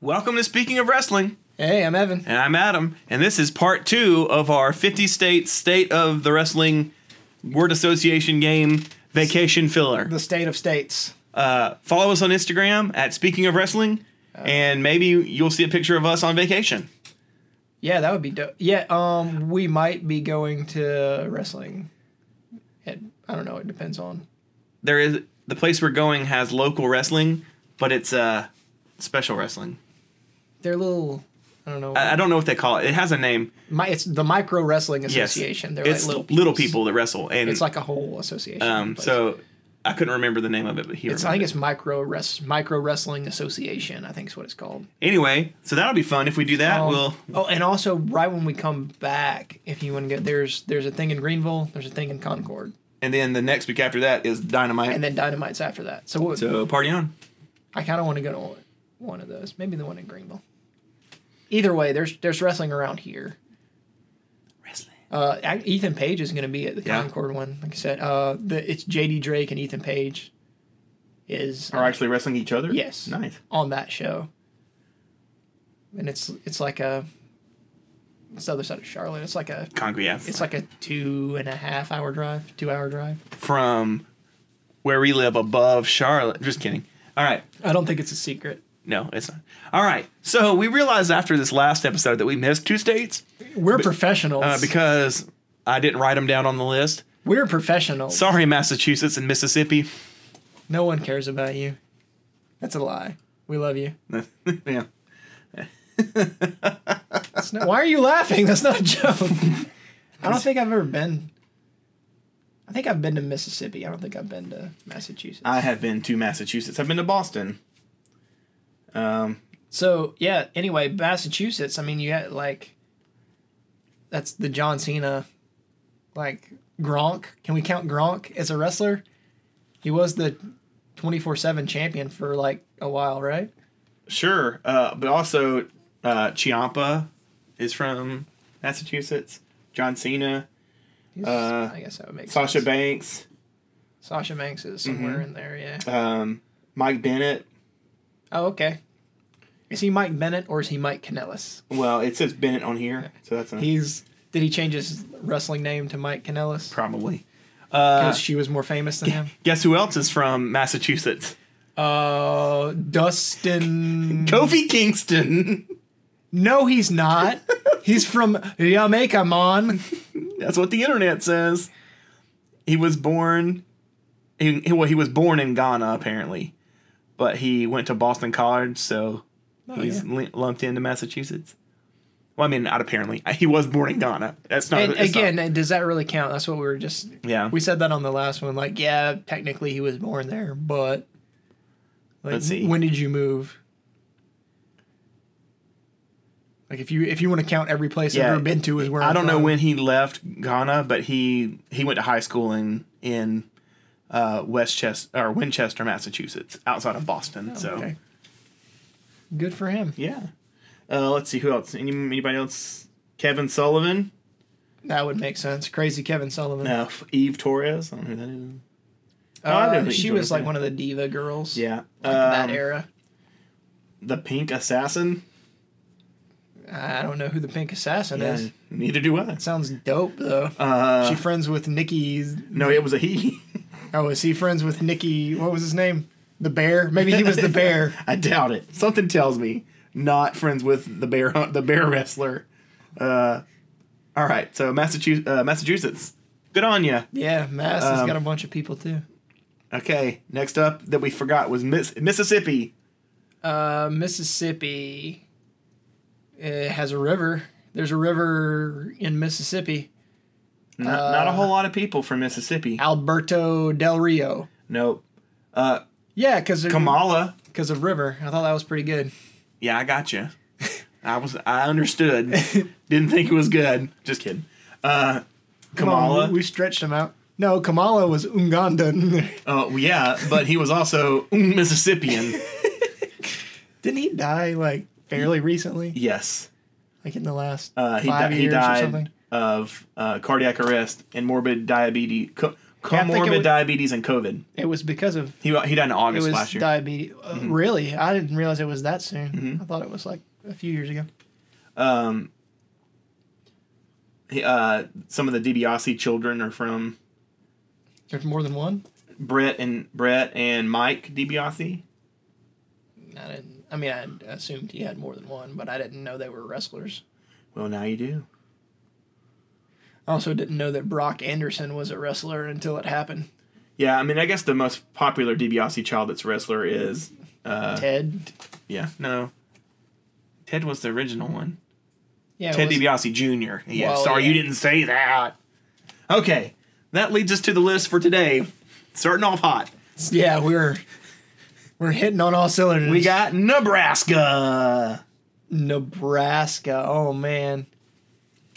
Welcome to Speaking of Wrestling, Hey, I'm Evan. and I'm Adam, and this is part two of our 50 state state of the wrestling word association game vacation filler. The state of states. Uh, follow us on Instagram at Speaking of Wrestling, and maybe you'll see a picture of us on vacation. Yeah, that would be dope. Yeah, um, we might be going to wrestling. It, I don't know. It depends on. There is the place we're going has local wrestling, but it's uh special wrestling. They're little. I don't know. I, I don't know what they call it. It has a name. my, it's the Micro Wrestling Yes, Association. They're it's like little, little people. peoples. that wrestle, and It's like a whole association. um. but So I couldn't remember the name of it, but here it's, I think it's Micro Res, Micro Wrestling Association. I think is what it's called. Anyway, so that'll be fun if we do that. Um, we'll oh, and also right when we come back, if you want to go, there's there's a thing in Greenville. There's a thing in Concord, and then the next week after that is Dynamite. and then Dynamite's after that. So, what, so party on. I kind of want to go to one- one of those. Maybe the one in Greenville. Either way, there's there's wrestling around here. Wrestling. Uh, ac- Ethan Page is going to be at the Yeah. Concord one. Like I said, uh, the, it's JD Drake and Ethan Page is Are actually wrestling each other? Yes. Nice. on that show, and it's it's like a it's the other side of Charlotte. It's like a Concrete. Yeah. it's like a two and a half hour drive, two hour drive. from where we live above Charlotte. Just kidding. All right. I don't think it's a secret. No, it's not. All right. So we realized after this last episode that we missed two states We're professionals. uh, because I didn't write them down on the list. We're professionals. Sorry, Massachusetts and Mississippi. No one cares about you. That's a lie. We love you. yeah. That's not- why are you laughing? That's not a joke. I don't think I've ever been. I think I've been to Mississippi. I don't think I've been to Massachusetts. I have been to Massachusetts. I've been to Boston. Um, so yeah. Anyway, Massachusetts. I mean, you got like. That's the John Cena, like Gronk. Can we count Gronk as a wrestler? He was the twenty four seven champion for like a while, right? Sure, uh, but also uh, Chiampa is from Massachusetts. John Cena, He's- Uh, I guess that would make Sasha sense. Banks, Mm-hmm. Sasha Banks is somewhere in there, yeah. um, Mike Bennett. Oh, okay. Is he Mike Bennett or is he Mike Kanellis? Well, it says Bennett on here, so that's an He's did he change his wrestling name to Mike Kanellis probably. Uh, because she was more famous than him? Guess who else is from Massachusetts? Uh, Dustin. Kofi Kingston. No, he's not. He's from Jamaica, man. That's what the internet says. He was born. He, he- well, he was born in Ghana apparently, but he went to Boston College, so Oh, he's li- lumped into Massachusetts. Well, I mean, not apparently. He was born in Ghana. That's not And it's not- again, does that really count? That's what we were just. yeah. We said that on the last one. Like, yeah, technically he was born there, but. Like, Let's see. When did you move? Like, if you if you want to count every place Yeah. I've ever been to, is where I I'm don't know from. when he left Ghana, but he he went to high school in in uh, Westchester or Winchester, Massachusetts, outside of Boston. so Oh, Okay. Good for him. yeah. Uh, let's see who else. Any, anybody else? Kevin Sullivan. That would make sense. Crazy Kevin Sullivan. No, Eve Torres. I don't know who that is. I know Uh, who she you was are, like yeah. one of the diva girls. Yeah. Like Um, that era. The Pink Assassin. I don't know who the Pink Assassin is. Uh, Neither do I. Sounds dope though. Uh, she friends with Nikki's. no, it was a he. Oh, is he friends with Nikki? What was his name? The bear. Maybe he was the bear. I doubt it. Something tells me not friends with the bear hunt, the bear wrestler. Uh, all right, so Massachusetts, uh, Massachusetts, good on you. Yeah, Mass has Um, got a bunch of people too. Okay, next up that we forgot was Miss- Mississippi. Uh, Mississippi it has a river. There's a river in Mississippi. Not, not Uh. a whole lot of people from Mississippi. Alberto Del Rio. Nope. Uh, Yeah, because Kamala. because of River. I thought that was pretty good. Yeah, I got you. I was I understood. Didn't think it was good. Just kidding. Uh, Kamala. Come on, we stretched him out. No, Kamala was Uganda. Uh, well, yeah, but he was also mm, Mississippian. Didn't he die like fairly recently? yes. Like in the last Uh, he, five di- years he or died something? of uh, cardiac arrest and morbid diabetes, co- Yeah, I think it comorbid was- diabetes and COVID. It was because of He he died in it August was last year. Mm-hmm. diabetes. Uh, Really, I didn't realize it was that soon. I thought it was like a few years ago. um, he- uh, some of the DiBiase children are from There's more than one. Brett and Brett and Mike DiBiase. I didn't. I mean, I assumed he had more than one, but I didn't know they were wrestlers. Well, now you do. I also didn't know that Brock Anderson was a wrestler until it happened. Yeah, I mean, I guess the most popular DiBiase child that's wrestler is uh, Ted. yeah, no. Ted was the original one. Yeah. it Ted was- DiBiase Jr. Yeah, Well, sorry yeah. you didn't say that. Okay, that leads us to the list for today. Starting off hot, Yeah, we're we're hitting on all cylinders. we got Nebraska. Nebraska. Oh man.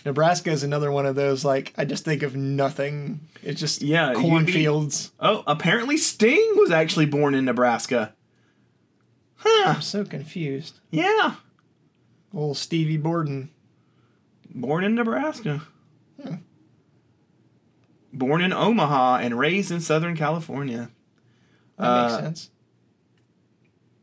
Nebraska is another one of those like I just think of nothing. It's just Yeah, you'd be- cornfields. Oh, apparently Sting was actually born in Nebraska. Huh? I'm so confused. Yeah, Old Stevie Borden. born in Nebraska. Born in Omaha and raised in Southern California. That Uh, makes sense.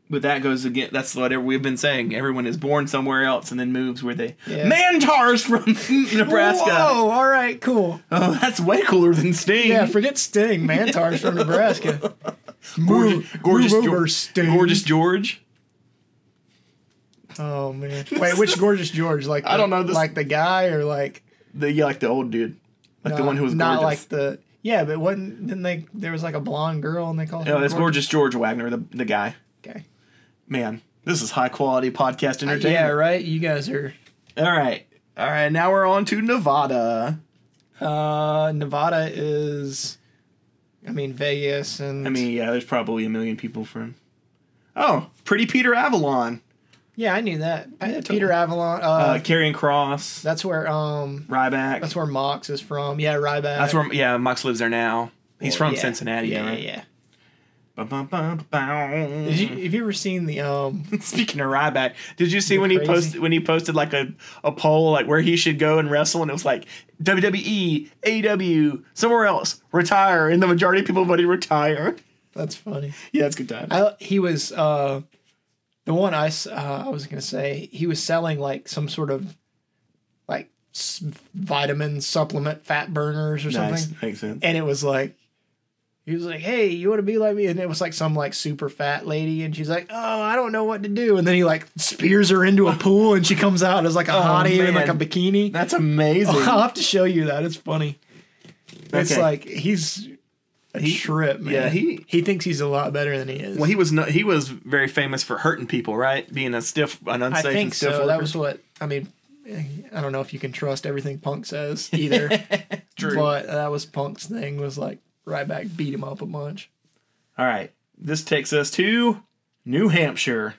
But that goes again. That's what we've been saying. Everyone is born somewhere else and then moves where they. Yeah. Mantar's from Nebraska. Whoa, all right, cool. Oh, that's way cooler than Sting. Yeah, forget Sting. Mantar's from Nebraska. gorgeous, gorgeous, move over, George, Sting. gorgeous George. Oh man. Wait, which gorgeous George? Like I the- don't know this- like the guy or like The yeah, like the old dude, like the no, one who was not gorgeous. like the yeah, but wasn't then they there was like a blonde girl and they called no, her that's gorgeous George Wagner, the the guy. Okay. Man, this is high quality podcast entertainment. Uh, Yeah, right. You guys are All right, all right. Now we're on to Nevada. Uh, Nevada is, I mean, Vegas and I mean, yeah, there's probably a million people from. Oh, pretty Peter Avalon, yeah, I knew that. Yeah, totally. Peter Avalon. Uh, uh, Carrying Cross, that's where um, Ryback. that's where Mox is from. Yeah, Ryback. That's where, yeah, Mox lives there now. He's from Yeah. Cincinnati, Yeah, right? yeah. Ba-ba-ba-ba-bow. Did you, have you ever seen the um? Speaking of Ryback, did you see when he crazy. posted when he posted like a, a poll like where he should go and wrestle, and it was like E, WWE, AW, somewhere else, retire, and the majority of people voted retire. That's funny. Yeah, it's a good time. I he was uh, the one I s- uh, I was gonna say he was selling like some sort of like s- vitamin supplement fat burners or something. makes sense. and it was like he was like hey you want to be like me and it was like some like super fat lady and she's like oh i don't know what to do and then he like spears her into a pool and she comes out as like a hottie in like a Oh, man. bikini That's amazing. i'll have to show you that it's funny it's Okay. like he's a He- trip man yeah, he- he thinks he's a lot better than he is Well, he was no, he was very famous for hurting people, right? Being a stiff, an i unsafe and think stiff so worker. that was what i mean i don't know if you can trust everything punk says either True. but that was punk's thing was like right back beat him up a bunch All right, this takes us to New Hampshire.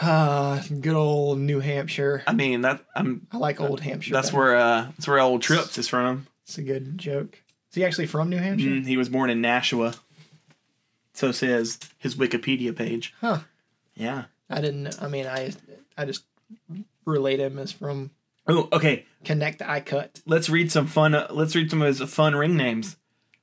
Ah, good old New Hampshire. I mean, that I'm I like old Hampshire. that's better. where uh that's where old Trips is from. it's a good joke. Is he actually from New Hampshire? Mm, he was born in Nashua. So says his Wikipedia page. Huh. Yeah. I didn't. I mean, I I just relate him as from Oh, okay. Connect I Cut. Let's read some fun. Uh, let's read some of his fun ring names: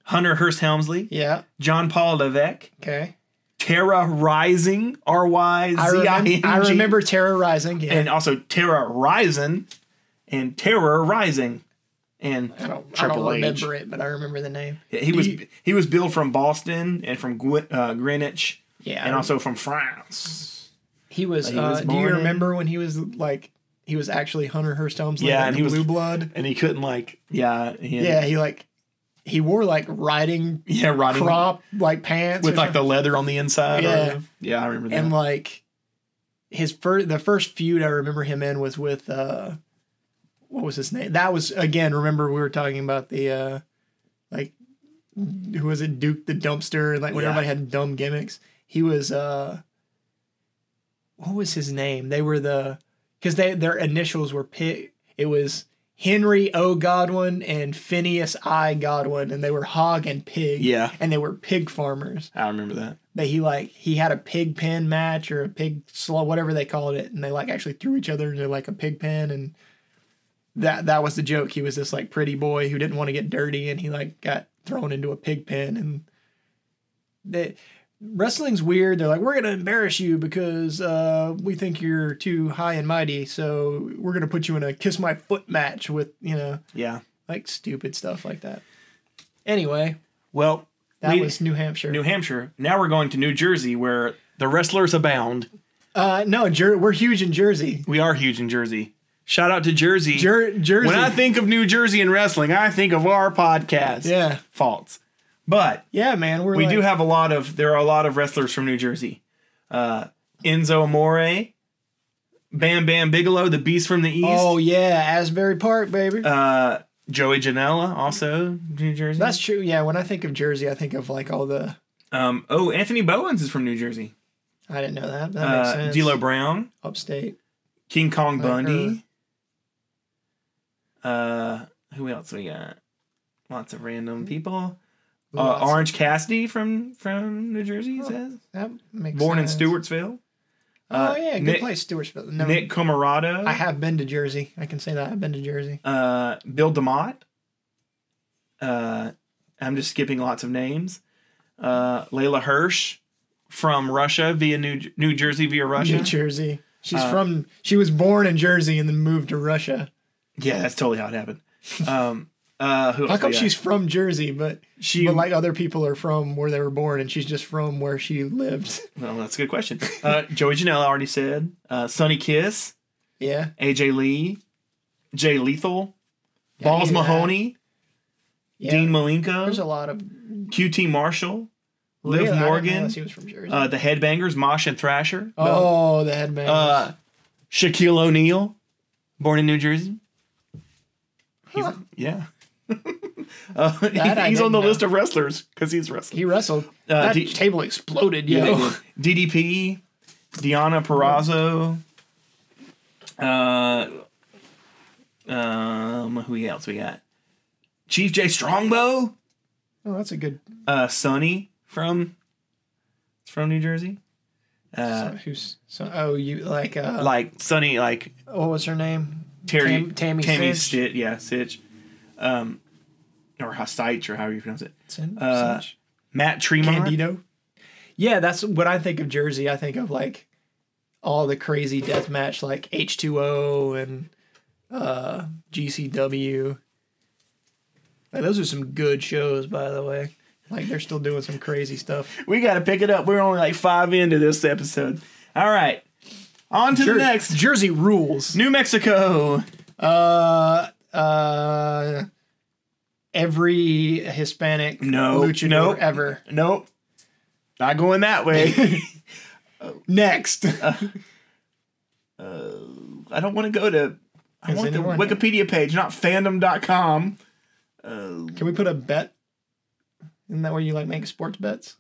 Hunter Hearst Helmsley, Yeah. John Paul Levesque, Okay. Terra Rising, R Y I Z I N G, remember. I remember terrorizing. Yeah. and also Terra Rising, and Terror Rising, and I don't. Triple I don't H. remember it, but I remember the name. Yeah, he Do was you- he was billed from Boston and from Gwi- uh, Greenwich Yeah. and also from France. he was. he uh, was do you born in- remember when he was like? He was actually Hunter Hearst Helmsley. Yeah, like and the he was- blue blood. And he couldn't like yeah he- Yeah. He like. He wore like riding yeah riding crop like pants with or like the leather on the inside. Yeah. or- yeah, I remember that. and like his first the first feud i remember him in was with uh what was his name that was again remember we were talking about the uh like who was it duke the dumpster and like when Yeah. everybody had dumb gimmicks he was uh what was his name they were the because they their initials were pit it was henry o godwin and phineas i godwin and they were hog and pig Yeah. and they were pig farmers I remember that. but he like he had a pig pen match or a pig slow whatever they called it and they like actually threw each other into like a pig pen and that that was the joke. He was this like pretty boy who didn't want to get dirty, and he like got thrown into a pig pen. And they, wrestling's weird. They're like, we're gonna embarrass you because uh, we think you're too high and mighty, so we're gonna put you in a kiss my foot match with you know Yeah. like stupid stuff like that. Anyway, Well, that lead- was New Hampshire. New Hampshire. Now we're going to New Jersey, where the wrestlers abound. uh, no, Jer- we're huge in Jersey. We are huge in Jersey. Shout out to Jersey. Jer- Jersey. When I think of New Jersey and wrestling, I think of our podcast. yeah, Faults. But yeah, man, we're we like- do have a lot of, there are a lot of wrestlers from New Jersey. Uh, Enzo Amore, Bam Bam Bigelow, the Beast from the East. Oh yeah, Asbury Park, baby. Uh, Joey Janela, also New Jersey. That's true. Yeah, when I think of Jersey, I think of like all the. um, oh, Anthony Bowens is from New Jersey. I didn't know that. That makes Uh, sense. D'Lo Brown. Upstate. King Kong Like, Bundy. Uh, who else we got? Lots of random people. Uh, Mm-hmm. Lots. Orange Cassidy from from New Jersey it Huh. says That makes born in sense. Stewartsville. Oh Uh, yeah, good Nick, place, Stewartsville. No, Nick Comorado. I have been to Jersey. I can say that I've been to Jersey. uh, Bill Demott. Uh, I'm just skipping lots of names. Uh, Layla Hirsch from Russia via New New Jersey via Russia. New Jersey. She's Uh, from. She was born in Jersey and then moved to Russia. yeah, that's totally how it happened. Um, uh, who How else come we got? she's from Jersey, but she but like other people are from where they were born, and she's just from where she lived? Well, that's a good question. Uh, Joey Janela already said. Uh, Sonny Kiss, yeah. AJ Lee, Jay Lethal, Yeah, I Balls knew that. Mahoney, Yeah. Dean There's a Malenko, lot of. QT Marshall, Really, I Liv didn't realize Morgan, He was from Jersey. uh, the Headbangers, Mosh and Thrasher, oh, the headband. uh, Shaquille O'Neal, born in New Jersey. He's, Huh. Yeah. uh, he- That I he's on didn't the know. list of wrestlers because he's wrestling. Oh, he wrestled. that D- table uh, exploded. Yeah, yo. they did. DDP, Diana Perrazzo. Uh, um, who else we got? Chief J Strongbow, Oh, that's a good. uh, Sonny from from New Jersey. Uh, so- who's so? Oh, you like uh, like Sonny, like what was her name? Terry, Tam- Tammy Tammy Sitch. Stitch, yeah, Sitch, um, or Hostich, or however you pronounce it. Sin- Uh, Sinch? Matt Tremont, Candido. Yeah, that's what I think of Jersey. I think of like all the crazy death match, like H two O and uh, GCW. Like, those are some good shows, by the way. Like they're still doing some crazy stuff. We got to pick it up. We're only like five into this episode. All right, on to Jer- the next. Jersey rules. New Mexico. Uh, uh, every Hispanic No, luchador no. ever. Nope. Not going that way. Next, I don't want to go to I Is want the anyone- Wikipedia page, not fandom.com. can we put a bet? Isn't that where you like make sports bets?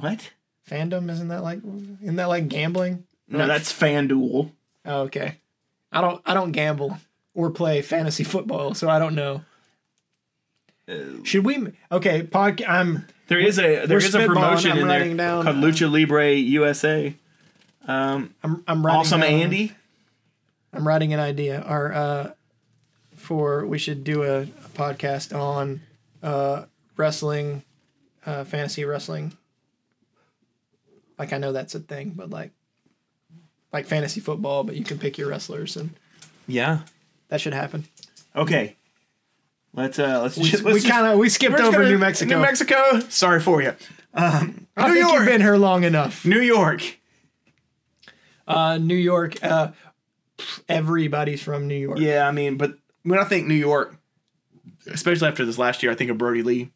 What? Fandom isn't that like isn't that like gambling? No, that's FanDuel. Oh, okay, I don't I don't gamble or play fantasy football, so I don't know. Should we? Okay, podcast. I'm There is a there we're is a spitballing. promotion I'm in there writing down, called uh, Lucha Libre USA. Um, I'm I'm writing awesome down- Andy. I'm writing an idea. Or uh, for we should do a, a podcast on uh, wrestling, uh, fantasy wrestling. Like I know that's a thing, but like like fantasy football, but you can pick your wrestlers, and Yeah. that should happen. Okay. Let's uh let's We, just let's just- kind of we we're skipped just over gonna- New Mexico. New Mexico. Sorry for you. I New think York. you've been here long enough. New York. Uh, New York. Uh, everybody's from New York. Yeah, I mean, but when I think New York, especially after this last year, I think of Brody Lee,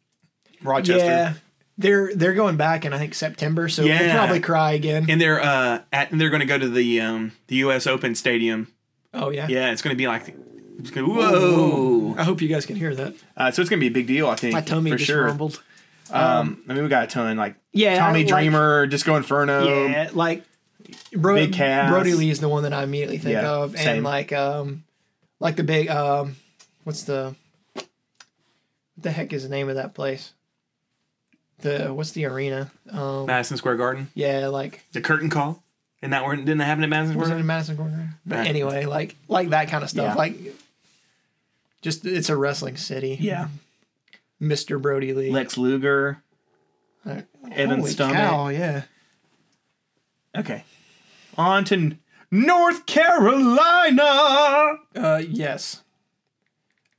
Rochester. yeah. They're they're going back in I think September, so we'll Yeah. probably cry again. and they're uh at, and they're going to go to the um the U.S. Open Stadium. oh yeah. Yeah, it's going to be like it's gonna, whoa. I hope you guys can hear that. Uh, so it's going to be a big deal, I think, My tummy for just sure. rumbled. Um, I mean, we got a ton like Yeah, Tommy like- Dreamer, Disco Inferno. yeah, like Bro- Um, Big Cass. Brody Lee is the one that I immediately think Yeah, of, and same. like um, like the big um, what's the what the heck is the name of that place? The what's the arena? Um, Madison Square Garden, yeah, like the curtain call, and that weren't didn't that happen at Madison Square. was it Garden? in Madison Square? Garden? But Right. anyway, like like that kind of stuff, Yeah. like Just it's a wrestling city. Yeah. Mr. Brody Lee. Lex Luger. Like, Evan Uh, holy Stomach. cow, yeah. Okay. On to N- North Carolina. Uh, yes.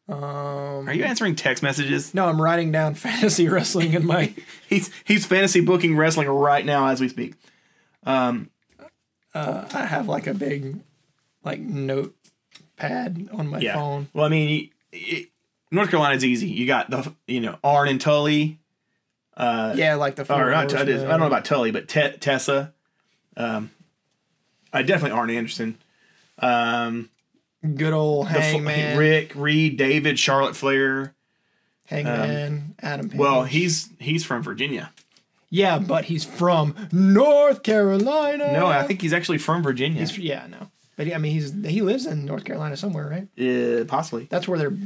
Um, Are you answering text messages? no, I'm writing down fantasy wrestling in my. He's he's fantasy booking wrestling right now as we speak. Uh, I have like a big, like note pad on my Yeah. phone. Well, I mean, y- y- North Carolina's easy. You got the you know Arn and Tully. Uh, Yeah, like the. or Four not, I Horsemen. don't know about Tully, but Te- Tessa. Um, I definitely Arn Anderson. Um, Good old the fl- Hangman. Rick Reed, David, Charlotte Flair. Hangman. Adam. Page. uh, Well, he's he's from Virginia. yeah, but he's from North Carolina. No, I think he's actually from Virginia. He's, yeah, no. But he, I mean, he's he lives in North Carolina somewhere, right? Uh, possibly. That's where they're.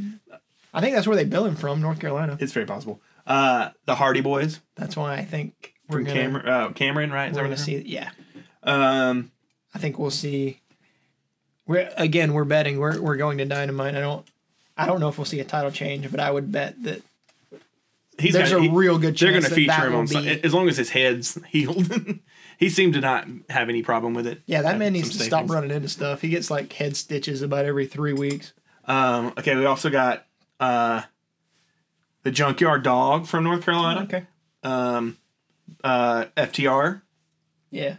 I think that's where they bill him from, North Carolina. It's very possible. Uh, the Hardy Boys That's why I think we're from gonna Cameron, uh, Cameron, right? Is we're that what gonna see. Yeah, they're- Um, I think we'll see. We're again, we're betting. We're we're going to dynamite. I don't. I don't know if we'll see a title change, but I would bet that he's there's got- a he- real good They're chance going to that feature that him will on some, be- as long as his head's healed. he seemed to not have any problem with it. Yeah, that Had man some needs to safe stop things. running into stuff. He gets like head stitches about every three weeks. Um, okay, we also got uh, the Junkyard Dog from North Carolina. Um, uh, FTR. Yeah.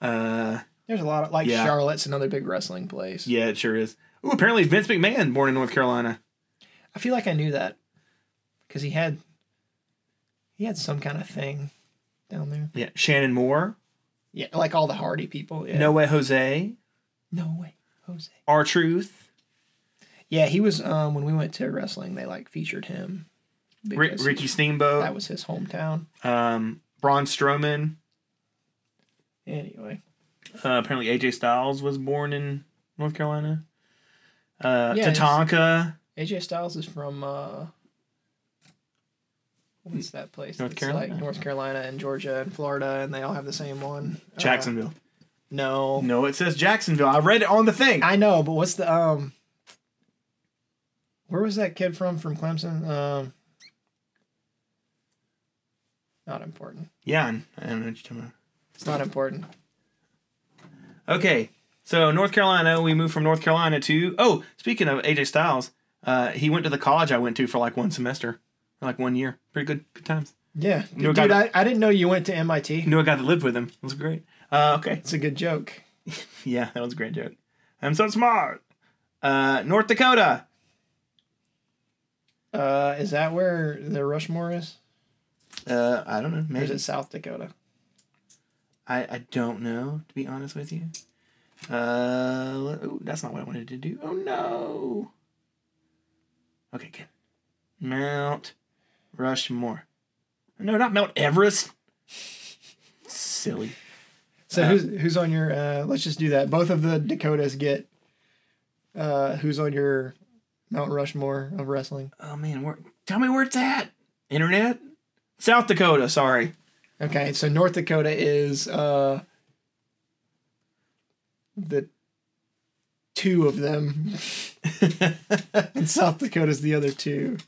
Uh, There's a lot of like Yeah. Charlotte's another big wrestling place. yeah, it sure is. Ooh, apparently Vince McMahon born in North Carolina. I feel like I knew that because he had he had some kind of thing down there. Yeah, Shannon Moore. Yeah, like all the Hardy people. Yeah. No way, Jose. no way, Jose. R Truth. Yeah, he was um, when we went to wrestling. They like featured him. Rick, because Ricky Steamboat. that was his hometown. um, Braun Strowman. Anyway, Uh, apparently, AJ Styles was born in North Carolina. Uh, Yeah, uh, he's- Tatanka. AJ Styles is from uh, what's that place? North It's Carolina? like North Carolina and Georgia and Florida, and they all have the same one. Uh, Jacksonville. no, no, it says Jacksonville. I read it on the thing. I know, but what's the um? Where was that kid from from Clemson? Um, not important. yeah, I don't know what you're talking It's not important. about. Okay, so North Carolina. We moved from North Carolina to. Oh, speaking of AJ Styles, uh, he went to the college I went to for like one semester, for like one year. Pretty good, good times. Yeah, You dude, got I, I didn't know you went to MIT. Knew a guy that lived with him. It was great. Uh, okay, It's a good joke. yeah, that was a great joke. I'm so smart. Uh, North Dakota. Uh, is that where the Rushmore is? Uh, I don't know. Or is Maybe it South Dakota? I, I don't know, to be honest with you. Uh, let- ooh, that's not what I wanted to do. Oh no. Okay, good. Mount Rushmore. No, not Mount Everest. Silly. So who's who's on your? Uh, let's just do that. Both of the Dakotas get. Uh, who's on your Mount Rushmore of wrestling? Oh man, where? Tell me where it's at. Internet. South Dakota. Sorry. Okay, so North Dakota is uh, the two of them, and South Dakota's the other two.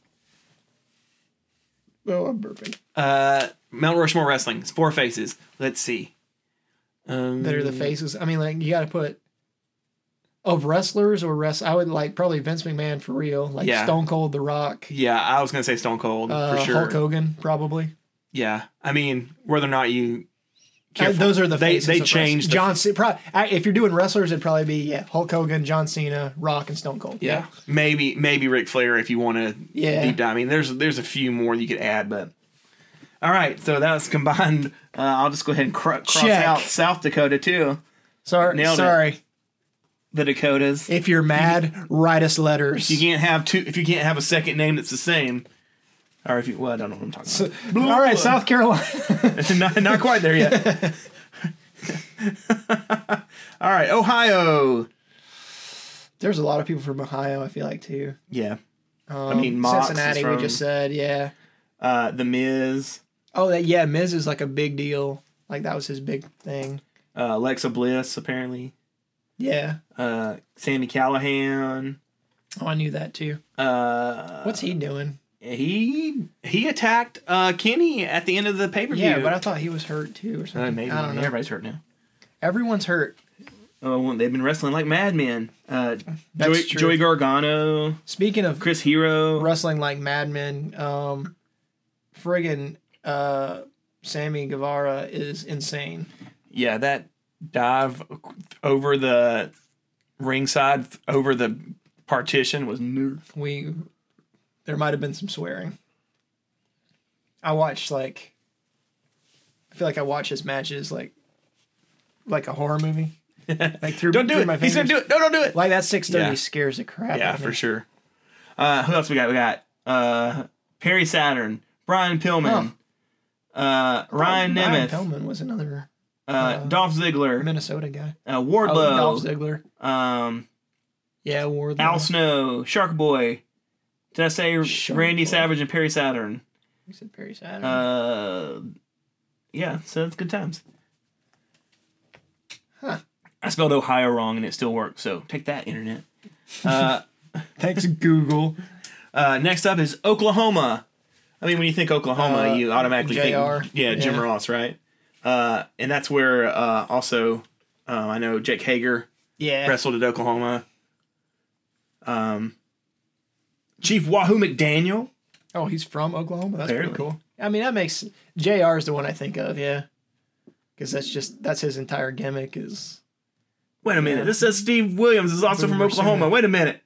Oh, I'm burping. uh, Mount Rushmore wrestling. It's four faces. Let's see. Um, That are the faces. I mean, like you got to put of wrestlers or rest. I would like probably Vince McMahon for real, like Yeah. Stone Cold, The Rock, Yeah, I was gonna say Stone Cold uh, for sure. Hulk Hogan, probably. Yeah, I mean, whether or not you, Uh, care for- those are the They- faces. they of changed the- wrestling. John. C- pro- I- if you're doing wrestlers, it'd probably be yeah, Hulk Hogan, John Cena, Rock, and Stone Cold. yeah, maybe maybe Ric Flair if you want to Yeah. deep dive. I mean, there's there's a few more you could add, but all right, so that was combined. Uh, I'll just go ahead and cro- cross Check. out South Dakota too, Sorry, Nailed it. sorry. the Dakotas. If you're mad, write us letters. you can't have two if you can't have a second name that's the same, or if you well, I don't know what I'm talking about. All right, South Carolina. not, not quite there yet. all right, Ohio. There's a lot of people from Ohio. I feel like too. Yeah, Um, mean, Mox is Cincinnati. from- We just said, yeah. uh, the Miz, Oh, that yeah. Miz is like a big deal. Like that was his big thing. uh, Alexa Bliss apparently. Yeah. uh, Sammy Callahan. Oh, I knew that too. Uh, What's he doing? he he attacked uh, Kenny at the end of the pay per view. Yeah, but I thought he was hurt too or something. Uh, maybe I don't know. everybody's hurt now. Everyone's hurt. Oh, well, they've been wrestling like madmen. Uh, That's Joey, true. Joey Gargano, Speaking of Chris Hero. wrestling like madmen, um, friggin' uh, Sammy Guevara is insane. Yeah, that dive over the ringside, over the partition was new. we there might have been some swearing. I watched like I feel like I watch his matches like like a horror movie. Like through Don't do through it. My He's gonna do fingers. it. No, don't do it. Like that six thirty Yeah. scares the crap. out yeah, of for me. sure. Uh, who else we got? We got uh, Perry Saturn, Brian Pillman, uh, Ryan Ryan Nemeth, Oh. Pillman was another uh, Dolph Ziggler, Minnesota guy. uh, Oh, Dolph Wardlow, Ziggler. um, Yeah, Wardlow. Al Snow, Shark Boy. Did I say Shark Randy Boy. Savage and Perry Saturn? He said Perry Saturn. Uh, yeah, so it's good times. Huh. I spelled Ohio wrong and it still works, so take that, internet. Uh, Thanks Google. uh, next up is Oklahoma. I mean, when you think Oklahoma, Uh, you automatically JR. think yeah, Jim Yeah. Ross, right? Uh, and that's where uh, also uh, I know Jake Hager Yeah. wrestled at Oklahoma. Um, Chief Wahoo McDaniel. Oh, he's from Oklahoma. That's Apparently. pretty cool. I mean, that makes Jr. is the one I think of. Yeah, because that's just that's his entire gimmick is Wait a minute. Yeah. This says Steve Williams is also from Boomer Sooner. Oklahoma. Wait a minute.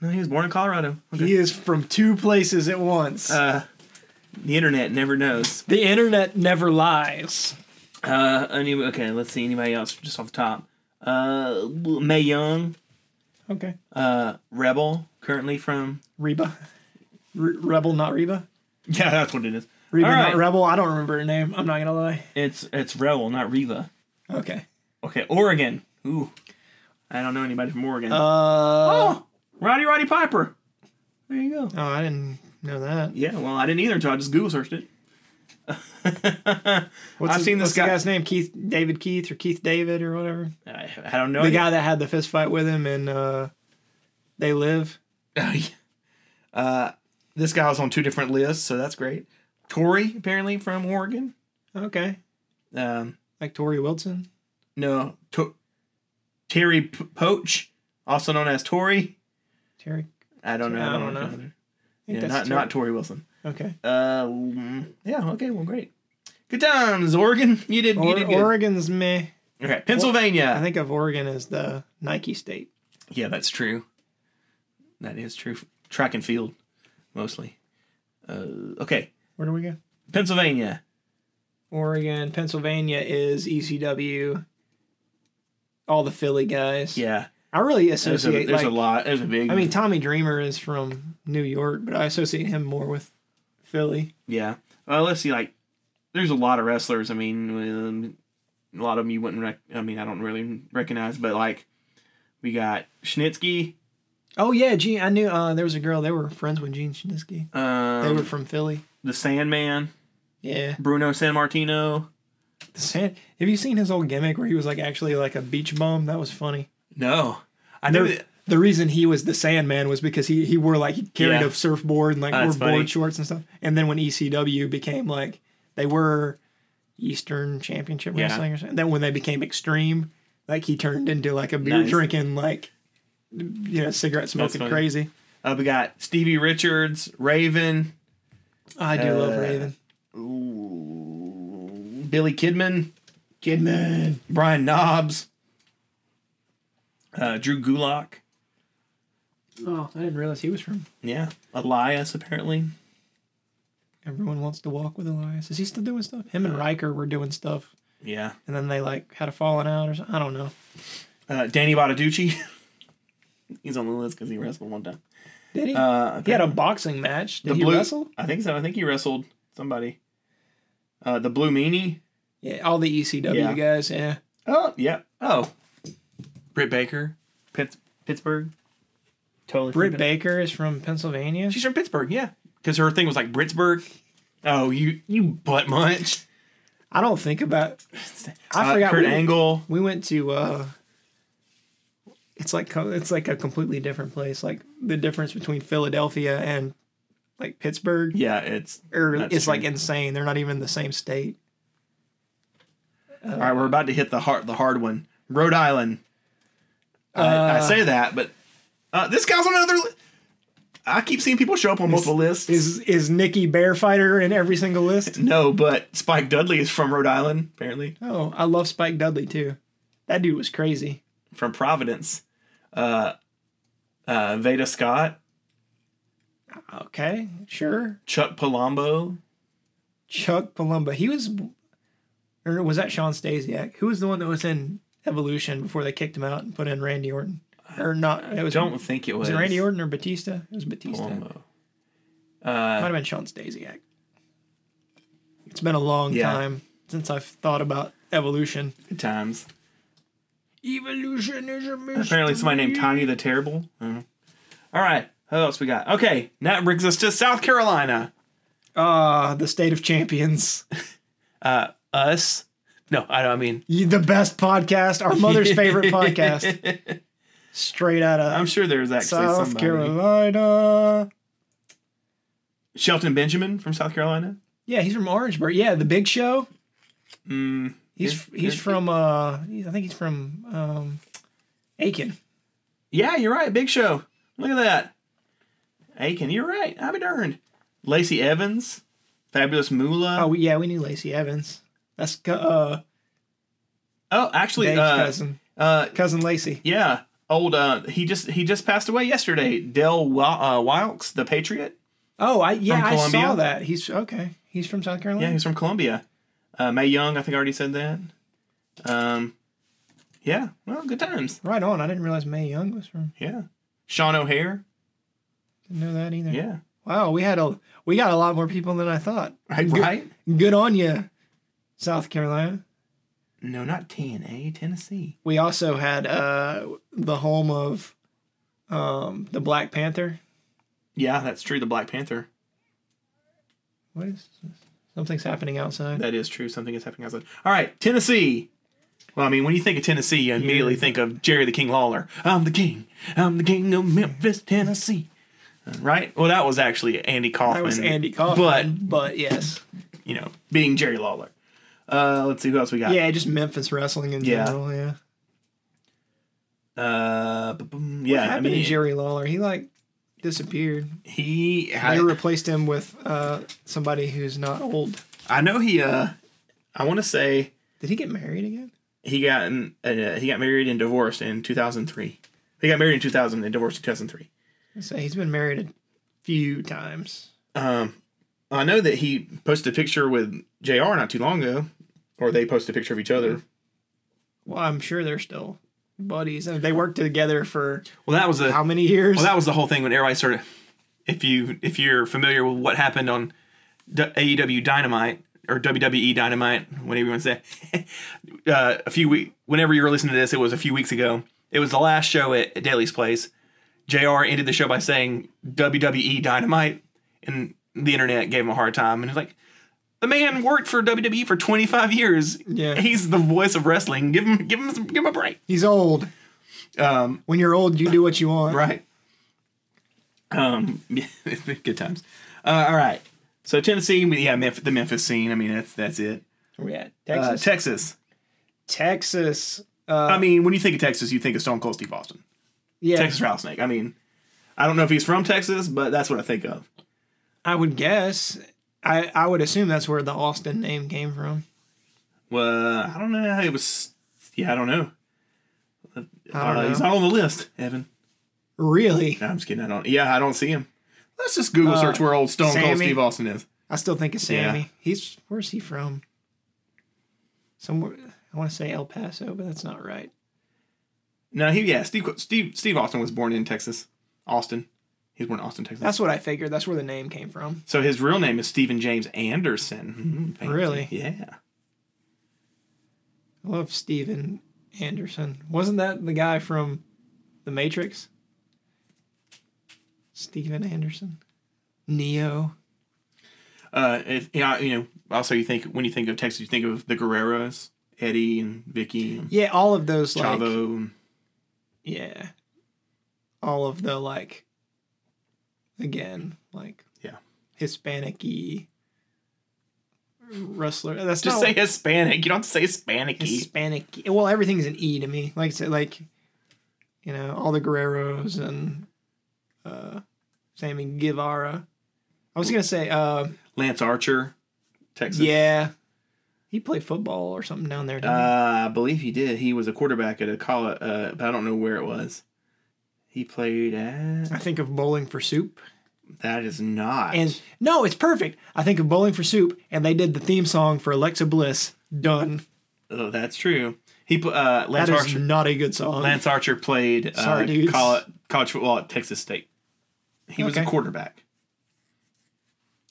No, he was born in Colorado. Okay. He is from two places at once. Uh, the internet never knows. the internet never lies. Uh, any, okay, let's see. Anybody else just off the top? Uh, May Young, Okay. uh, Rebel, currently from. Reba. Re- Rebel, not Reba. Yeah, that's what it is. Reba, All right. not Rebel. I don't remember her name. I'm not going to lie. It's it's Rebel, not Reva. Okay. Okay, Oregon. Ooh, I don't know anybody from Oregon. Uh, oh. oh, Roddy Roddy Piper. There you go. I didn't know that. Yeah, well, I didn't either until I just Google searched it. What's I've his- seen this what's the guy- guy's name? Keith, David Keith or Keith David or whatever. I, I don't know. the any- guy that had the fist fight with him and uh, They Live. Oh, yeah. uh, this guy was on two different lists, so that's great. Tori, apparently from Oregon. Okay. Um, Like Tori Wilson. no, to- Terry P- Poach, also known as Tori. Terry. I don't know. Yeah, I don't know. if- I think Yeah, not that's not Tori Wilson. Terry. Okay. Uh, mm, yeah. Okay. Well, great. Good times, Oregon. You did. you Or- did good. Oregon's meh. okay, Pennsylvania. I think of Oregon as the Nike state. Yeah, that's true. That is true. Track and field, mostly. Uh, okay, Where do we go? Pennsylvania. Oregon, Pennsylvania is ECW. All the Philly guys. Yeah, I really there's, a, associate. there's a like- lot. There's a big. I mean, Tommy Dreamer is from New York, but I associate him more with Philly. yeah. Well, let's see. Like, there's a lot of wrestlers. I mean, um, a lot of them you wouldn't. Rec- I mean, I don't really recognize, but like, we got Schnitzky. Oh yeah, Gene. I knew uh, there was a girl. They were friends with Gene Shiniski. Um, They were from Philly. the Sandman, Yeah. Bruno San Martino. The San- Have you seen his old gimmick where he was like actually like a beach bum? That was funny. No, I know. The, that- the reason he was the Sandman was because he, he wore like he carried Yeah. a surfboard and like Oh, wore that's funny. board shorts and stuff. And then when ECW became like they were Eastern Championship Yeah. Wrestling or something. Then when they became Extreme, like he turned into like a beer Nice. drinking like you know cigarette smoking funny. crazy. Uh, we got Stevie Richards, Raven, I do love Uh, Raven Billy Kidman, Kidman. Brian Knobs, uh, Drew Gulak. Oh, I didn't realize he was from. Yeah, Elias apparently. Everyone wants to walk with Elias. Is he still doing stuff? Him and Uh, Riker were doing stuff, Yeah, and then they like had a falling out or something. I don't know. uh, Danny Bottaducci. He's on the list because he wrestled one time. Did he? Uh, he had a boxing match. Did the he blue, wrestle? I think so. I think he wrestled somebody. Uh, the Blue Meanie. Yeah, all the ECW Yeah. guys. Yeah, Oh yeah. Oh, Britt Baker, Pitts, Pittsburgh. Totally. Britt forgot. Baker is from Pennsylvania. She's from Pittsburgh. Yeah, because her thing was like Britsburg. Oh, you you butt munch. I don't think about. I Uh, forgot. Kurt we, Angle. we went to. uh it's like co- it's like a completely different place. Like the difference between Philadelphia and like Pittsburgh, Yeah, it's or that's Er, it's like true. insane. They're not even in the same state. all right. We're about to hit the hard the hard one. Rhode Island. I, I Uh, say that, but uh, this guy's on another. Li- I keep seeing people show up on multiple lists. Is is Nikki Bear Fighter in every single list? no, but Spike Dudley is from Rhode Island, apparently Oh, I love Spike Dudley too. That dude was crazy. from Providence. Uh, uh, Veda Scott, Okay, sure. Chuck Palumbo, Chuck Palumbo. He was, or was that Sean Stasiak? Who was the one that was in Evolution before they kicked him out and put in Randy Orton? Or not? It I was don't think it was, Was it Randy Orton or Batista? It was Batista. Palumbo. Might have been Sean Stasiak. It's been a long Yeah. time since I've thought about evolution. Good times. Evolution is a mystery. Apparently, somebody named Tiny the Terrible. I don't know. All right, who else we got? Okay, that brings us to South Carolina. Ah, the state of champions. Us? No, I don't I mean. You- the best podcast. Our mother's favorite podcast. Straight out of I'm sure there's actually South somebody. Carolina. Shelton Benjamin from South Carolina. Yeah, he's from Orangeburg. Yeah, the Big Show. Mm, He's Is- he's is- from uh, he's- I think he's from um, Aiken. yeah, you're right. Big Show. Look at that. Aiken, you're right. I'll be darned. Lacey Evans, Fabulous Moolah. Oh Oh, we, yeah, we knew Lacey Evans. That's co- uh, actually, Dave's uh, cousin, uh, cousin Lacey. yeah, old. Uh, he just he just passed away yesterday. Dell Wa- uh, Wilkes, the Patriot. Oh, I yeah, From I saw Columbia? that. He's okay. He's from South Yeah, Carolina. he's from Columbia. Uh, May Young, I think I already said that. Um, yeah, well, good times. right on. I didn't realize May Young was from. Yeah, Sean O'Hare. Didn't know that either. Yeah, Wow, we had a we got a lot more people than I thought. right. Good- right? Good on you, South Carolina. No, not TNA, Tennessee. We also had uh the home of um the Black Panther. Yeah, that's true. The Black Panther. What is this? something's happening outside? That is true. Something is happening outside. All right, Tennessee. Well, I mean, when you think of Tennessee, you immediately think of Jerry the King Lawler. I'm the king. I'm the king of Memphis, Tennessee. Uh, Right? Well, that was actually Andy Kaufman. That was Andy Kaufman, but yes, But you know, being Jerry Lawler. Uh, let's see who else we got. yeah, just Memphis wrestling in Yeah. general. Yeah, Uh, ba-boom. yeah. what I happened mean, to Jerry Lawler? He like disappeared. he. They I, replaced him with uh, somebody who's not old. I know he. Uh, I want to say Did he get married again? he got in, uh, he got married and divorced in 2003. He got married in 2000 and divorced in 2003. So he's been married a few times. Um, I know that he posted a picture with JR not too long ago, or they posted a picture of each other. Well, I'm sure they're still buddies. And they worked together for Well, that was the how many years? well, that was the whole thing when everybody started. If you if you're familiar with what happened on D- AEW Dynamite or WWE Dynamite, whatever you want to say, uh, a few week whenever you were listening to this, it was a few weeks ago. It was the last show at, at Daly's place. Jr. ended the show by saying WWE Dynamite, and the internet gave him a hard time, and he's like. The man worked for WWE for 25 years. Yeah. He's the voice of wrestling. Give him, give him, some, give him a break. he's old. Um, When you're old, you do what you want. Right. Um, yeah, good times. Uh, all right. So Tennessee, we- yeah, Memphis, the Memphis scene. I mean, that's that's it. Where we at? Uh, Texas. Texas. Texas. Uh, I mean, when you think of Texas, you think of Stone Cold Steve Austin, yeah, Texas Rattlesnake. I mean, I don't know if he's from Texas, but that's what I think of. I would guess. I, I would assume that's where the Austin name came from. Well, I don't know. It was, yeah, I don't know. I don't Uh, He's know. not on the list, Evan. Really? No, I'm just kidding. I don't. Yeah, I don't see him. Let's just Google Uh, search where old Stone Cold Sammy? Steve Austin is. I still think it's Yeah. Sammy. He's where's he from? Somewhere I want to say El Paso, but that's not right. No, he yeah. Steve Steve Steve Austin was born in Texas, Austin. He was born in Austin, Texas. That's what I figured. That's where the name came from. So his real name is Stephen James Anderson. Hmm, fancy. Really? Yeah. I love Steven Anderson. Wasn't that the guy from The Matrix? Steven Anderson. Neo. Uh, if, yeah, you know. Also, you think when you think of Texas, you think of the Guerreros, Eddie and Vicky and Yeah, all of those like Chavo. and yeah, all of the like, again, like Yeah. Hispanic-y wrestler. That's Just not say E. Hispanic. You don't have to say Hispanic. Hispanic. Well, everything's an E to me. Like so, like, you know, all the Guerreros and uh, Sammy Guevara. I was gonna say, uh, Lance Archer, Texas. yeah, he played football or something down there. Didn't he? Uh, I believe he did. He was a quarterback at a college, uh, but I don't know where it was. He played I at. think of bowling for soup, That is not. and no, it's perfect. I think of bowling for soup, and they did the theme song for Alexa Bliss. Done. oh, that's true. He pl- uh, Lance That is Archer. not a good song. Lance Archer played uh, Sorry, dudes. coll- college football at Texas State. He was a Okay. quarterback.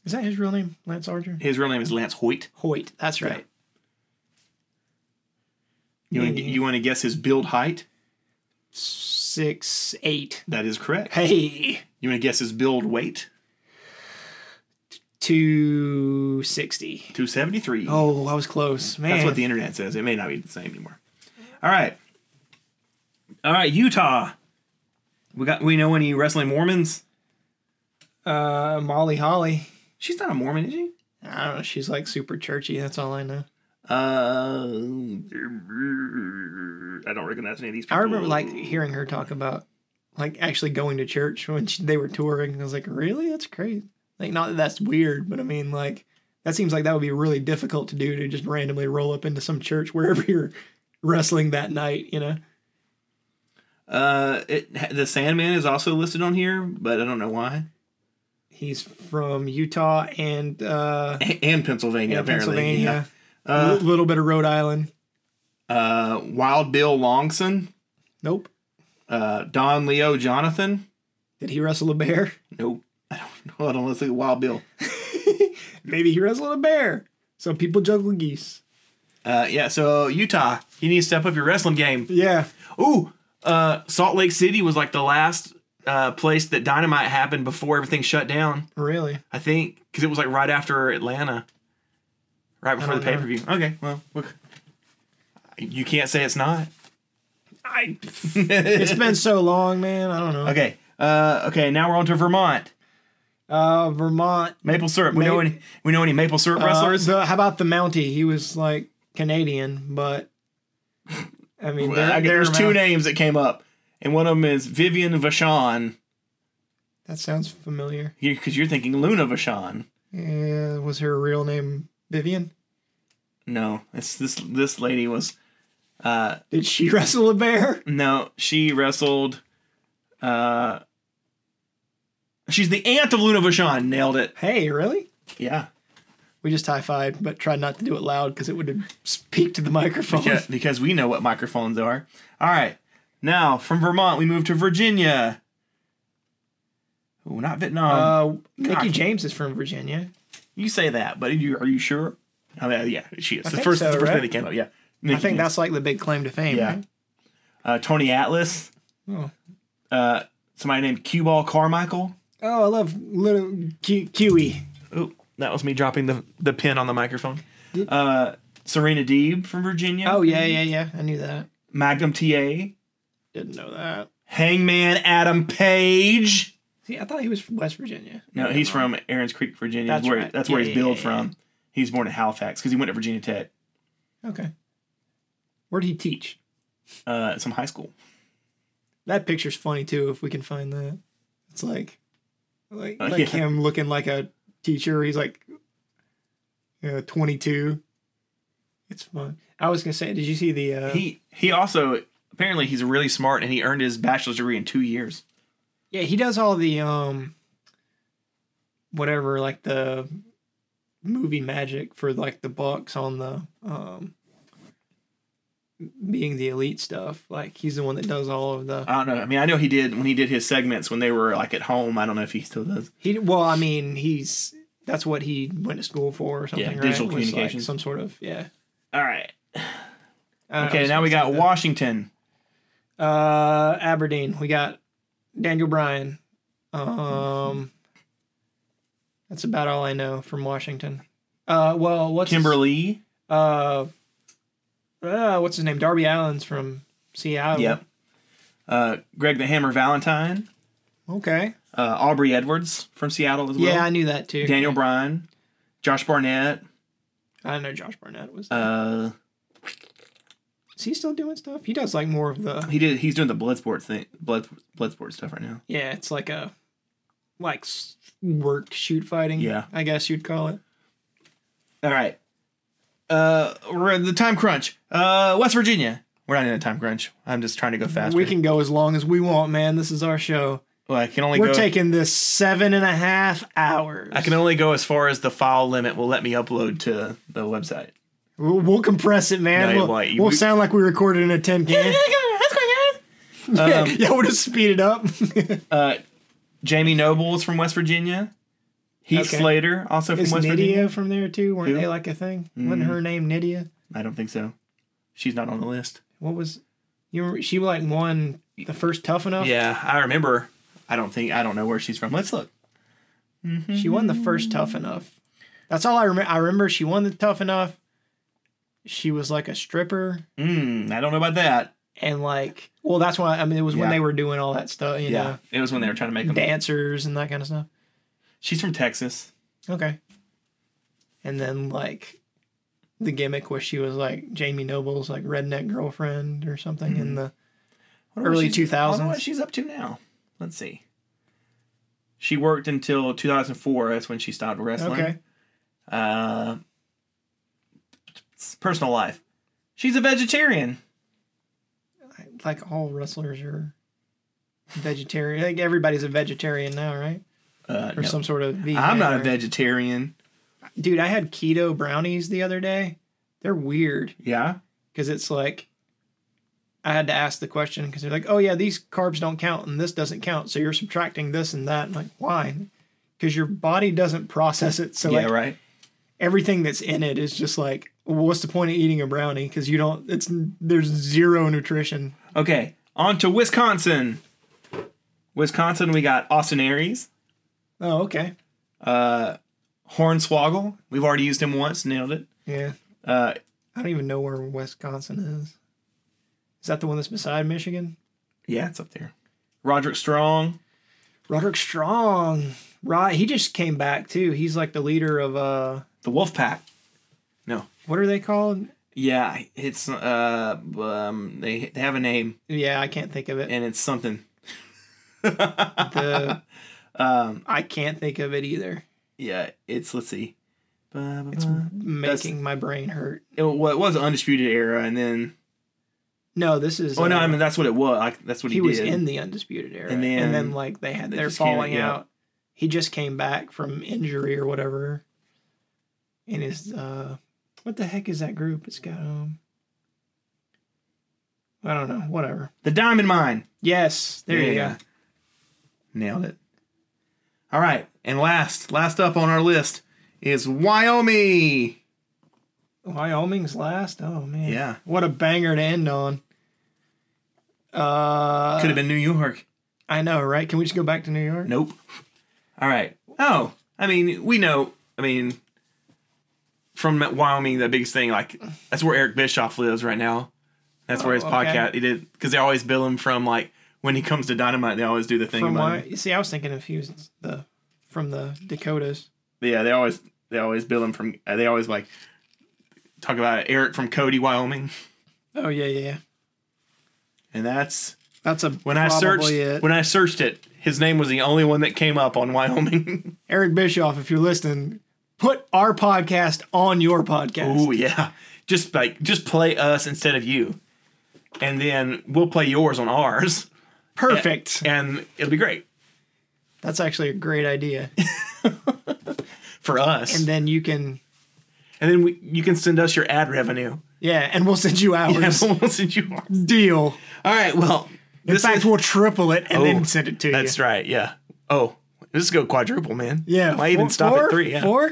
Is that his real name, Lance Archer? His real name is Lance Hoyt. Hoyt. That's right. You want to Yeah. you want to guess his build height? Six eight. That is correct. Hey. You want to guess his build weight? 260. Two seventy three. Oh, I was close, man. That's what the internet says. It may not be the same anymore. All right. All right, Utah. We got we know any wrestling Mormons? uh, Molly Holly. She's not a Mormon, is she? I don't know. She's like super churchy. That's all I know. Uh, I don't recognize any of these people. I remember like hearing her talk about like actually going to church when she, they were touring. I was like, really? That's crazy. Like, not that that's weird, but I mean, like, that seems like that would be really difficult to do to just randomly roll up into some church wherever you're wrestling that night, you know? uh, it, the Sandman is also listed on here, but I don't know why. He's from Utah and uh, A- And Pennsylvania, and apparently. Pennsylvania, Yeah. a Uh, li- little bit of Rhode Island. uh, Wild Bill Longson, Nope. uh, Don Leo Jonathan. Did he wrestle a bear? Nope, I don't know. Hold on, let's look at Wild Bill. Maybe he wrestled a bear. Some people juggle geese. Uh, yeah, so Utah, you need to step up your wrestling game. Yeah. Ooh, uh, Salt Lake City was like the last uh, place that dynamite happened before everything shut down, Really? I think, because it was like right after Atlanta, right before the don't pay know. per view. Okay, well, look. You can't say it's not. I. it's been so long, man. I don't know. Okay, uh, okay, now we're on to Vermont. Uh, Vermont. Maple syrup. We know Ma- any we know any maple syrup uh, wrestlers? the- how about the Mountie? He was like Canadian, but I mean, I guess they're- they're there's two around- names that came up, and one of them is Vivian Vachon, That sounds familiar. because you're thinking Luna Vachon. Yeah, was her real name Vivian? No, it's this this lady was uh Did she wrestle a bear? no, she wrestled uh She's the aunt of Luna Vachon. Nailed it. Hey, really? Yeah. We just high fived, but tried not to do it loud because it would have speak to the microphone. Yeah, because we know what microphones are. All right. Now, from Vermont, we move to Virginia. Oh, not Vietnam. Uh, Mickey God. James is from Virginia. you say that, but are you, are you sure? Oh, yeah, yeah, she is. the think first, so, the first right? thing that came up, yeah. I think that's like the big claim to fame. Yeah. Right? Uh, Tony Atlas. Oh. Uh, somebody named Q Ball Carmichael. Oh, I love little Q- Kiwi. Ooh, that was me dropping the the pin on the microphone. Uh, Serena Deeb from Virginia. Oh yeah, yeah, yeah. I knew that. Magnum TA. Didn't know that. Hangman Adam Page. See, I thought he was from West Virginia. No, he's from Aaron's Creek, Virginia. That's That's where right. that's where Yeah, he's yeah, billed yeah, from. He's born in Halifax because he went to Virginia Tech, Okay. Where did he teach? uh, some high school. That picture's funny too. If we can find that, it's like, like, Uh, like yeah. him looking like a teacher. He's like, you know, twenty two. It's fun. I was gonna say, did you see the? Uh, He he also apparently he's really smart and he earned his bachelor's degree in two years. Yeah, he does all the um whatever like the movie magic for like the bucks on the um being the elite stuff. Like he's the one that does all of the I don't know. I mean, I know he did when he did his segments when they were like at home. I don't know if he still does. he well, I mean, he's that's what he went to school for or something, Yeah, right? digital Was, like, communications. some sort of yeah. All right. I don't know, Okay, it's- now we it's got like Washington. that. uh Aberdeen. We got Daniel Bryan. Um that's about all I know from Washington. Uh well, what's his- Kimberly. uh, uh what's his name? Darby Allen's from Seattle. Yep. Uh, Greg the Hammer Valentine, Okay. uh, Aubrey Edwards from Seattle as well. Yeah, I knew that too. Daniel Bryan, Josh Barnett. I know Josh Barnett was. Uh, is he still doing stuff? He does like more of the. he did. He's doing the Bloodsport thing, blood Bloodsport stuff right now. Yeah, it's like a, like s- work shoot fighting. Yeah. I guess you'd call it. All right. Uh, we're in the time crunch. Uh, West Virginia. We're not in a time crunch. I'm just trying to go fast. We can go as long as we want, man. This is our show. Well, I can only We're go. taking this seven and a half hours. I can only go as far as the file limit will let me upload to the website. We'll, we'll compress it, No, man. you we'll won't. You- we'll sound like we recorded in a tin can. yeah, Um, yeah, we'll just speed it up. Uh, Jamie Noble is from West Virginia. Heath Okay. Slater also from Is West Nydia Virginia. from there too? Weren't Who? Mm. they like a thing? Wasn't her name Nydia? I don't think so. She's not on the list. What was you? Remember, she like won the first Tough Enough. Yeah, I remember. I don't think I don't know where she's from. Let's look. She won the first Mm. Tough Enough. That's all I remember. I remember she won the Tough Enough. She was like a stripper Mm, I don't know about that. and like well, that's why I mean it was when Yeah. they were doing all that stuff, you Yeah, it was when they were trying to make know, them. dancers and that kind of stuff. She's from Texas. Okay. And then like the gimmick was she was like Jamie Noble's like redneck girlfriend or something Mm-hmm. in the wonder what Early she's- 2000s. I wonder what she's up to now. Let's see. She worked until 2004. That's when she stopped wrestling. Okay. Uh, personal life. She's a vegetarian. Like all wrestlers are vegetarian. Like everybody's a vegetarian now, right? Uh, Or no. some sort of vegan. I'm not a or- vegetarian. Dude, I had keto brownies the other day. They're weird Yeah. because it's like I had to ask the question because they're like, "Oh yeah, these carbs don't count and this doesn't count, so you're subtracting this and that." I'm like, why? Because your body doesn't process it. So yeah. like, right. everything that's in it is just like well, what's the point of eating a brownie because you don't it's there's zero nutrition Okay. On to Wisconsin. Wisconsin. We got Austin Aries, oh okay uh, Hornswoggle. We've already used him once. Nailed it. yeah Uh, i don't even know where wisconsin is is that the one that's beside michigan yeah, it's up there. Roderick Strong. roderick strong right he just came back too he's like the leader of uh The Wolf Pack. No. what are they called Yeah, it's uh um they they have a name yeah i can't think of it and it's something. the, Um i can't think of it either yeah, it's let's see. Ba, ba, it's ba. making my brain hurt It wa- it was undisputed era and then no this is Oh no, uh, I mean that's what it was. Like that's what he, he, was did. in the undisputed era And and then then, like they had they their just came- falling yeah. out he just came back from injury or whatever in his uh what the heck is that group it's got um i don't know whatever the Diamond Mine. yes there you Yeah. go Nailed it. All right. And last, last up on our list is Wyoming. wyoming's last oh man Yeah. what a banger to end on uh Could have been New York. i know right can we just go back to new york Nope. All right. Oh, I mean, we know. I mean, from Wyoming, the biggest thing, like that's where Eric Bischoff lives right now. That's where his Oh, okay. podcast. He did because they always bill him from like when he comes to Dynamite. They always do the thing from about why him. you see i was thinking if he was the from the dakotas Yeah, they always they always bill him from. uh, They always like talk about Eric from Cody, Wyoming, oh yeah yeah, yeah and that's that's a when I searched it. when I searched it. His name was the only one that came up on Wyoming. Eric Bischoff, if you're listening, put our podcast on your podcast. Oh yeah, just like just play us instead of you, and then we'll play yours on ours, Perfect. and it'll be great That's actually a great idea. for us. And And, then you can, then we, you can send us your ad revenue, yeah, and we'll send you and ours. we'll send you ours. Deal. All right. Well, In this fact, is, we'll triple it and Oh, then send it to that's you. right. Yeah. Oh, let's go quadruple, man. Yeah. Why even four- stop four? at three? Yeah. Four?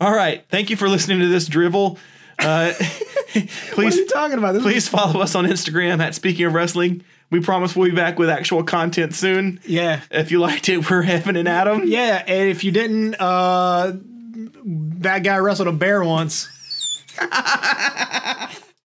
All right. Thank you for listening to this drivel. Uh, What please are you talking about? This is- please follow us on Instagram at Speaking of Wrestling. We promise we'll be back with actual content soon. Yeah. If you liked it, we're Evan and Adam. Yeah. And if you didn't, uh, that guy wrestled a bear once.